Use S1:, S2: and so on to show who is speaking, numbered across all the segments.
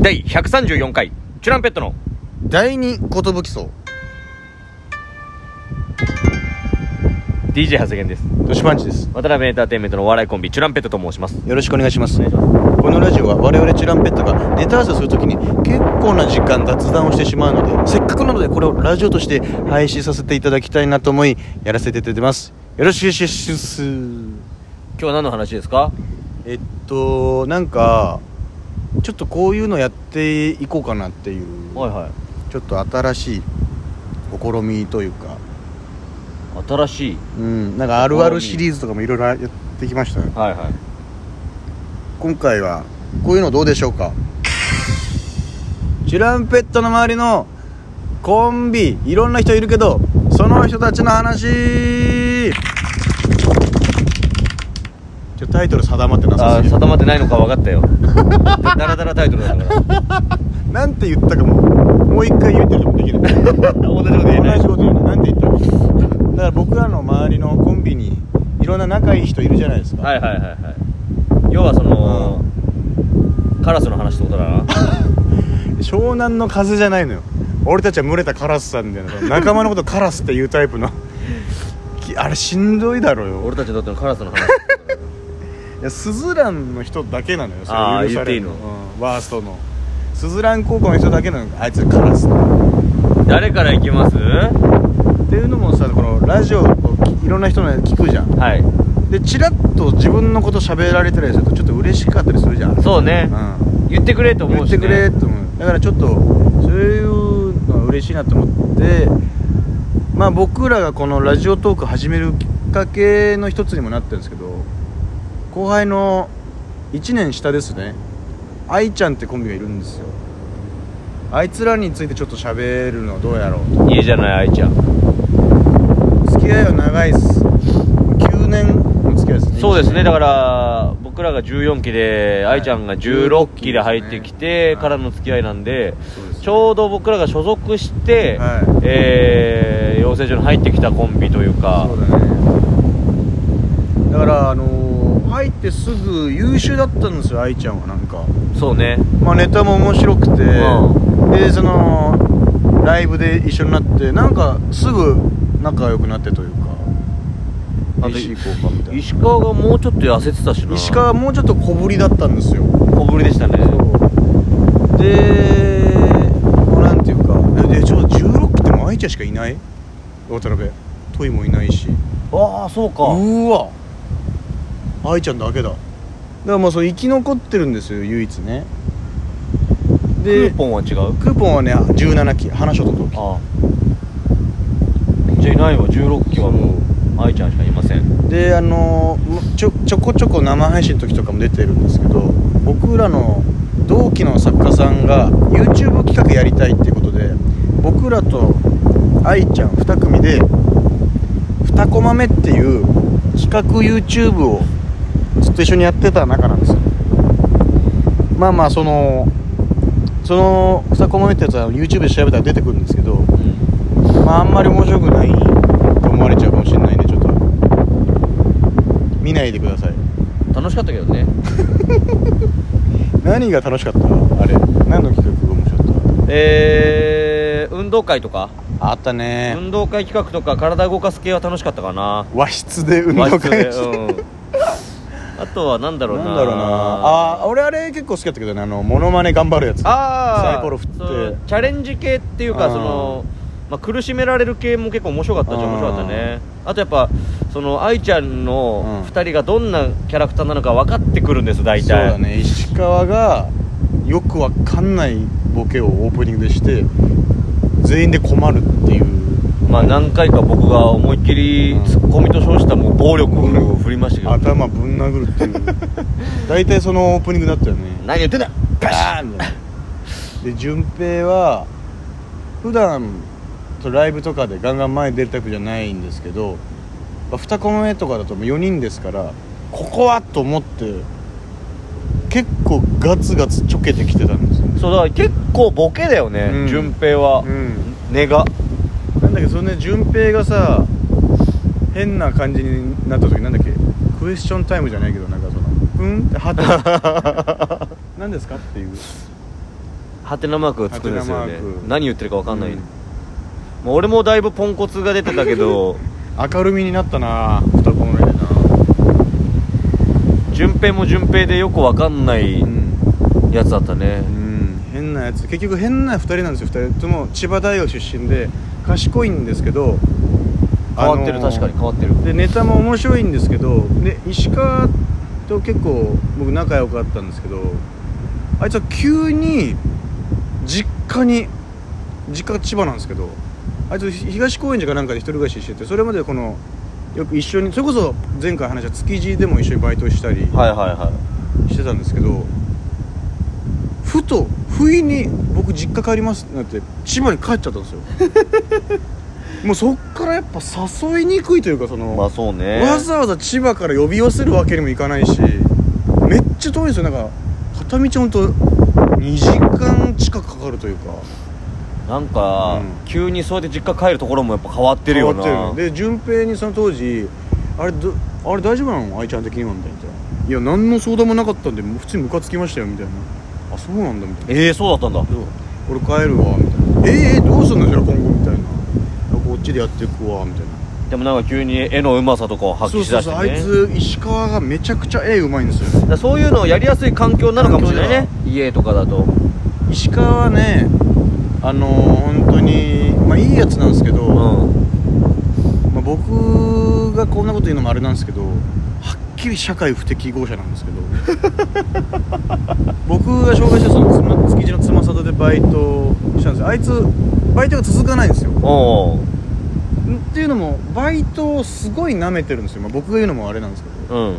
S1: 第134回チュランペットの
S2: 第二寿荘
S1: DJ 発言です
S2: 年パンチです
S1: 渡辺エンターテインメントのお笑いコンビチュランペットと申します
S2: よろしくお願いしますこのラジオは我々チュランペットがネタ合わせをするときに結構な時間雑談をしてしまうのでせっかくなのでこれをラジオとして配信させていただきたいなと思いやらせていただいてますよろしくししす
S1: 今日は何の話ですか
S2: えっとなんかちょっとこういうのやっていこうかなっていう、
S1: はいは
S2: ちょっと新しい試みというか
S1: い新しい
S2: うんなんかあるあるシリーズとかもいろいろやってきましたね
S1: はいはい
S2: 今回はこういうのどうでしょうかチュランペットの周りのコンビいろんな人いるけどその人たちの話ちょタイトル定まってな
S1: あ
S2: さ
S1: ー
S2: すぎる
S1: 定まってないのか分かった よだだらだらタイトルだったか
S2: なんて言ったかももう一回言ってるもできない
S1: ら 同じこと言えな
S2: 同
S1: い
S2: じこと言うのなんて言ったのだから僕らの周りのコンビにいろんな仲いい人いるじゃないですか、
S1: はいはいはいはい要はその、カラスの話ってことだな
S2: 湘南の風じゃないのよ俺たちは群れたカラスさんみたいな仲間のことカラスっていうタイプの きあれしんどいだろうよ
S1: 俺たちにとってのカラスの話
S2: いやスズランの人だけなのよそれ
S1: あー
S2: 許される
S1: 言っていい
S2: うんワーストのスズラン高校の人だけなのあいつカラスって
S1: 誰からいきますは
S2: っていうのもさこのラジオをきいろんな人のやつ聞くじゃん
S1: い
S2: でチラッと自分のこと喋られたりするとちょっと嬉しかったりするじゃん
S1: そうね
S2: うん
S1: 言ってくれと思
S2: 言
S1: う
S2: っ
S1: してね
S2: くれと思うだからちょっとそういうのは嬉しいなと思ってまあ僕らがこのラジオトーク始めるきっかけの一つにもなってるんですけど後輩の1年下ですね愛ちゃんってコンビがいるんですよあいつらについてちょっと喋るのどうやろう
S1: いいじゃない愛ちゃん
S2: 付き合いは長いっす9年の付き合いですね
S1: そうですねだからら僕らが14期で
S2: はい
S1: 愛ちゃんが16期で入ってきて
S2: はい
S1: からの付き合いなんで
S2: そうですね
S1: ちょうど僕らが所属して
S2: はい
S1: えー養成所に入ってきたコンビというか
S2: そうだねだからあのー入ってすぐ優秀だったんですよ愛ちゃんはなんか
S1: そうね
S2: まあネタも面白くて、
S1: う
S2: でそのライブで一緒になってなんかすぐ仲良くなってという
S1: あと
S2: か石井効果みたいな
S1: 石川がもうちょっと痩せてたしな
S2: 石川はもうちょっと小ぶりだったんですよ
S1: 小ぶりでしたね
S2: そうでもうなんていうかでちょうど16ってもう愛ちゃんしかいない渡辺トイもいないし
S1: ああそうか
S2: うわ愛ちゃんだけだだからまあそれ生き残ってるんですよ唯一ね
S1: ク
S2: で
S1: ーポンは違う
S2: クーポンはね17期花書と時
S1: ああじゃあいないわ16期はもう愛ちゃんしかいません
S2: であのーちょちょこちょこ生配信の時とかも出てるんですけど僕らの同期の作家さんが YouTube 企画やりたいっていうことで僕らと愛ちゃん2組で「2コマ目」っていう企画 YouTube をずっと一緒にやってた仲なんですよまあまあそのその2コマ目ってやつは YouTube で調べたら出てくるんですけどまああんまり面白くないと思われちゃうかもしれないんでちょっと見ないでください
S1: 楽しかったけどね
S2: 何が楽しかったあれ何の企画が面白かっ
S1: えー、運動会とか、
S2: たあったね
S1: 運動会企画とか体動かす系は楽しかったかな
S2: 和室で運動会
S1: 和室で
S2: して
S1: うんあとはなんだろうな
S2: なんだろうなあー俺あれ結構好きだったけどねあのモノマネ頑張るやつ
S1: あー
S2: サイコロ振って
S1: そうチャレンジ系っていうか
S2: あー
S1: その、まあ、苦しめられる系も結構面白かったじゃ
S2: あー
S1: 面白かったねあとやっぱその愛ちゃんの
S2: うん
S1: 2人がどんなキャラクターなのか分かってくるんです大体
S2: そうだね石川がよくわかんないボケをオープニングでして全員で困るって いう
S1: まあ何回か僕が思いっきりツッコミと称したもう暴力を振りましたけど、
S2: 頭ぶん殴るっていう大体そのオープニングだったよね
S1: 何言ってんだ
S2: バーンで順平は普段とライブとかでガンガン前に出るタイプじゃないんですけど2コマ目とかだともう4人ですからここはと思って結構ガツガツちょけてきてたんですよ、
S1: そうだから結構ボケだよね、
S2: うん
S1: 順平は、
S2: ん、
S1: 根が
S2: なんだけどそれね順平がさ変な感じになった時なんだっけクエスチョンタイム じゃないけどなんかその「うん?」って「はて」「何ですか?」っていう
S1: ハテナマークをつくんですよ
S2: ハテ
S1: ね
S2: ナマーク
S1: 何言ってるか分かんない、
S2: うん
S1: もう俺もだいぶポンコツが出てたけ ど
S2: 明るみになったな双子の目でな
S1: 順平も順平でよく分かんない
S2: うん、
S1: やつだったね
S2: うん、変なやつ結局変な2人なんですよ2人とも千葉大学出身で賢いんですけど
S1: 変わってる、
S2: あのー
S1: 確かに変わってる
S2: でネタも面白いんですけどで石川と結構僕仲良かったんですけどあいつは急に実家に実家が千葉なんですけどあいつ東高円寺かなんかで一人暮らししててそれまでこのよく一緒にそれこそ前回話した築地でも一緒にバイトしたり
S1: はいはいは
S2: してたんですけどふと不意に僕実家帰りますってなって千葉に帰っちゃった んですよもうそっからやっぱ誘いにくいというかその、
S1: いまあそうね
S2: わざわざ千葉から呼び寄せるわけにもいかないしめっちゃ遠いんですよなんか片道ほんと2時間近くかかるというか
S1: なんか、
S2: うん
S1: 急にそうやって実家帰るところもやっぱ変わってるよな
S2: 変わってるで順平にその当時「あれどあれ大丈夫なの愛ちゃん的には」みたいな「いや何の相談もなかったんでもう普通にムカつきましたよ」みたいな「あそうなんだ」みたいな
S1: ええそうだったんだ
S2: そう俺帰るわみたいな「ええどうすんのじゃあ今後」みたいな「こっちでやっていくわ」みたいな
S1: でもなんか急に絵のうまさとかを発
S2: そ
S1: 揮
S2: う
S1: し
S2: そ
S1: だ
S2: う
S1: して
S2: そう
S1: ね
S2: あいつ石川がめちゃくちゃ絵うまいんですよ
S1: だからそういうのをやりやすい環境なのかもしれないね家とかだと
S2: 石川はねあのー本当にまあいいやつなんですけど、
S1: うん
S2: まあ、僕がこんなこと言うのもあれなんですけどはっきり社会不適合者な んですけど僕が紹介したそのつま築地のつまさとでバイトしたんですよあいつバイトが続かないんですよん
S1: おう
S2: っていうのもバイトをすごい舐めてるんですよ、まあ、僕が言うのもあれなんですけど
S1: うん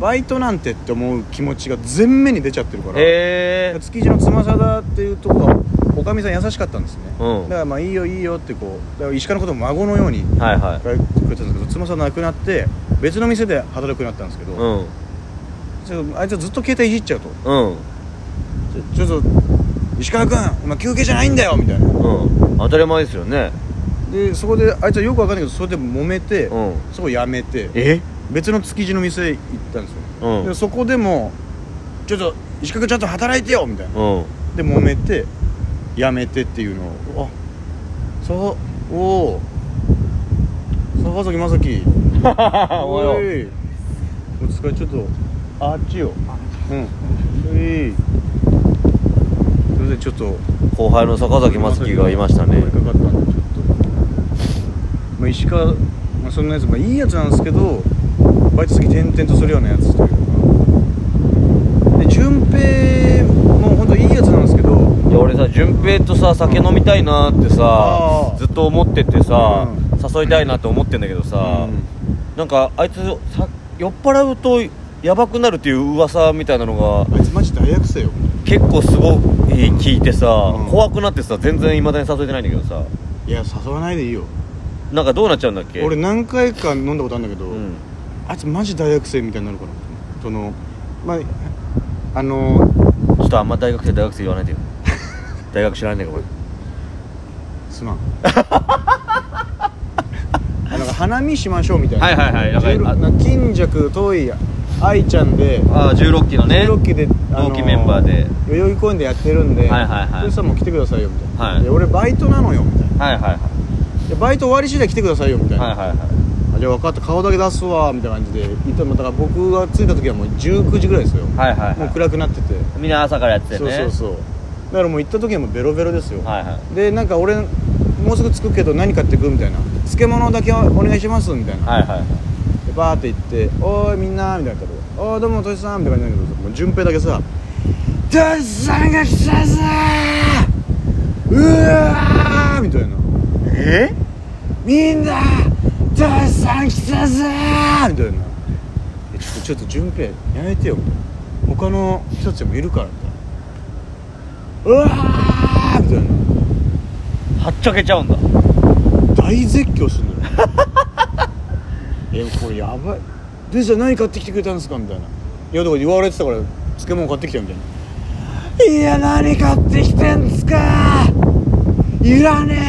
S2: バイトなんてって思う気持ちが前面に出ちゃってるから
S1: へえ
S2: 築地のつまさだっていうとこはおかみさん優しかったんですね、
S1: うん
S2: だからまあいいよいいよってこうだから石川のことも孫のように
S1: はいはい
S2: 書いてくれたんですけどつまさん亡くなって別の店で働くようになったんですけど、
S1: うん
S2: ちょっとあいつはずっと携帯いじっちゃうと
S1: うん
S2: 「ちょちょっと石川君今休憩じゃないんだよ」みたいな
S1: うん当たり前ですよね
S2: でそこであいつはよくわかんないけどそれで揉めて、
S1: うん
S2: そこ辞めて
S1: え
S2: 別の築地の店行ったんですよ、
S1: うん
S2: でそこでも「ちょっと石川君ちゃんと働いてよ」みたいな
S1: うん
S2: で揉めて辞めてっていうのをあそうおお坂崎正樹
S1: おはよう
S2: いお疲れちょっとあっちようんおいそれでちょっと
S1: 後輩の坂崎松樹がいましたね
S2: 通りかかったんでちょっと、まあ、石川、まあ、そんなやつ、まあ、いいやつなんですけどバイト先転々とするようなやつというかで順平も本当いいやつなんですけど
S1: いや俺さ順平とさ酒飲みたいなってさ
S2: あー
S1: ずっと思っててさ誘いたいなって思ってんだけどさ
S2: うん
S1: なんかあいつさ酔っ払うとやばくなるっていう噂みたいなのが
S2: あいつマジ大学生よ
S1: 結構すごい聞いてさ、
S2: うん
S1: 怖くなってさ全然いまだに誘えてないんだけどさ
S2: いや誘わないでいいよ
S1: なんかどうなっちゃうんだっけ
S2: 俺何回か飲んだことあるんだけど、
S1: うん
S2: あいつマジ大学生みたいになるからそのまああの
S1: ちょっとあんま大学生大学生言わない でよ大学知らないんだけど
S2: すまん なんか花見しましょうみたいな
S1: はいはいはいだから
S2: 16
S1: あ
S2: なんか近弱遠い愛ちゃんで
S1: ああ16期のね
S2: 16期で、あの
S1: 同期メンバーで
S2: 代々木公園でやってるんで
S1: はいはいはい
S2: でさもう来てくださいよみたいな、
S1: はい
S2: で俺バイトなのよみたいな
S1: はいはいはい
S2: でバイト終わり次第来てくださいよみたいな、
S1: はいはいはい
S2: あじゃあ分かった顔だけ出すわみたいな感じで行ったのだから僕が着いた時はもう19時ぐらいですよ、
S1: はいはい
S2: もう
S1: は
S2: 暗くなってて、
S1: いみんな朝からやってて
S2: そう
S1: ね
S2: そうそうだからもう行った時はもうベロベロですよ、
S1: はいはい
S2: でなんか俺もうすぐ着くけど何買ってくみたいな漬物だけお願いしますみたいな、
S1: はいはいはい
S2: でバーって行って「おーいみんな」みたいなとこで「おーどうもとしさん」みたいな感じなんだけどもう順平だけさ「としさんが来たぞーうわー」みたいな
S1: え
S2: みんなダンさん来たぜーみたいなえちょっとちょっと順平やめてよみたいな他の人たちもいるからみたいなうわーみたいな
S1: はっちゃけちゃうんだ
S2: 大絶叫するのよ えこれやばいでじゃあ何買ってきてくれたんですかみたいないやだから言われてたから漬物買ってきたみたいないや何買ってきてんすかいらね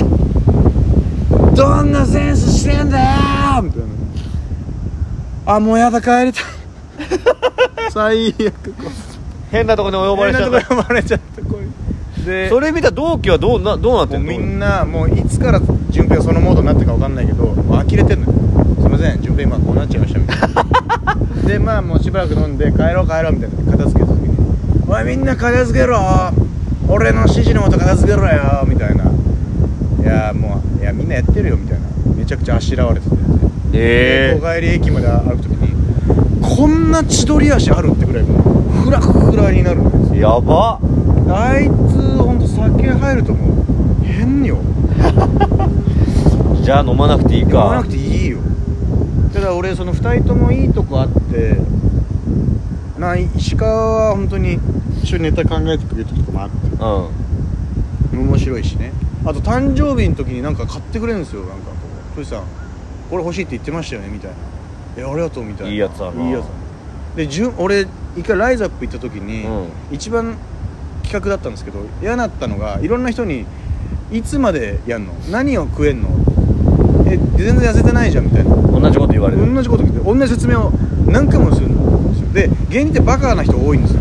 S2: えどんなセンスしてんだよみたい なあもうやだ帰りたい最悪
S1: 変なとこに及ばれちゃ
S2: 変
S1: っ
S2: な
S1: た
S2: とこ呼ばれちゃったこれで
S1: それ見た同期はどうなどうなって
S2: もうん
S1: の
S2: みんなもういつから順平がそのモードになったかわかんないけどもう呆れてんのよすいません順平今こうなっちゃいましたみたい なでまあもうしばらく飲んで帰ろう帰ろうみたいな片付けた時に「おいみんな片付けろ俺の指示のもと片付けろよ」みたいな「いやもういやみんなやってるよ」みたいなめちゃくちゃあしらわれてて
S1: え
S2: お帰り駅まで歩く時にこんな千鳥足あるってぐらいもうフラフラになるんですよ
S1: えやば
S2: あいつ本当酒入るともう変よ
S1: じゃあ飲まなくていいか
S2: 飲まなくていいよただ俺その2人ともいいとこあってな石川は本当に一緒にネタ考えてくれたとこもあって
S1: うん
S2: 面白いしねあと誕生日の時になんか買ってくれるんですよなんかこう「トシさんこれ欲しいって言ってましたよね」みたいな「えありがとう」みたいない
S1: いやつだない
S2: いやつだでじゅん俺一回ライズアップ行った時に、
S1: う
S2: 一番企画だったんですけど嫌だったのがいろんな人に「いつまでやんの何を食えんのえ全然痩せてないじゃん」みたいな
S1: 同じこと言われる
S2: 同じこと言って同じ説明を何回もするんですよで芸人ってバカな人多いんですよ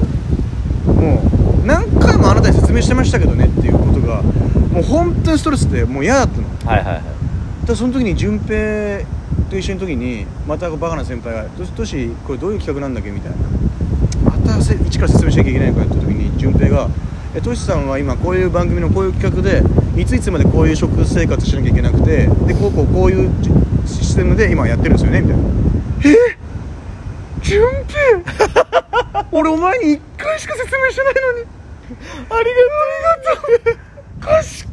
S2: もう何回もあなたに説明してましたけどねっていうことがもう本当にストレスでもう嫌だったの
S1: はいはいはい
S2: でその時に順平と一緒の時にまたバカな先輩が「どしどしこれどういう企画なんだっけ?」みたいなまたせ一から説明しなきゃいけないのかやった時に順平が「えトシさんは今こういう番組のこういう企画でいついつまでこういう食生活しなきゃいけなくてでこうこうこういうじシステムで今やってるんですよね」みたいな「え順 平俺お前に1回しか説明してないのにありがとうありがとう 賢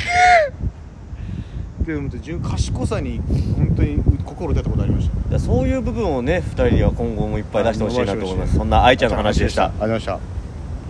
S2: いでも本当に順賢さに本当に心打たれたことありました
S1: だからそういう部分をね2人には今後もいっぱい出してほしいなと思いますそんな愛ちゃんの話でした
S2: ありがとうございました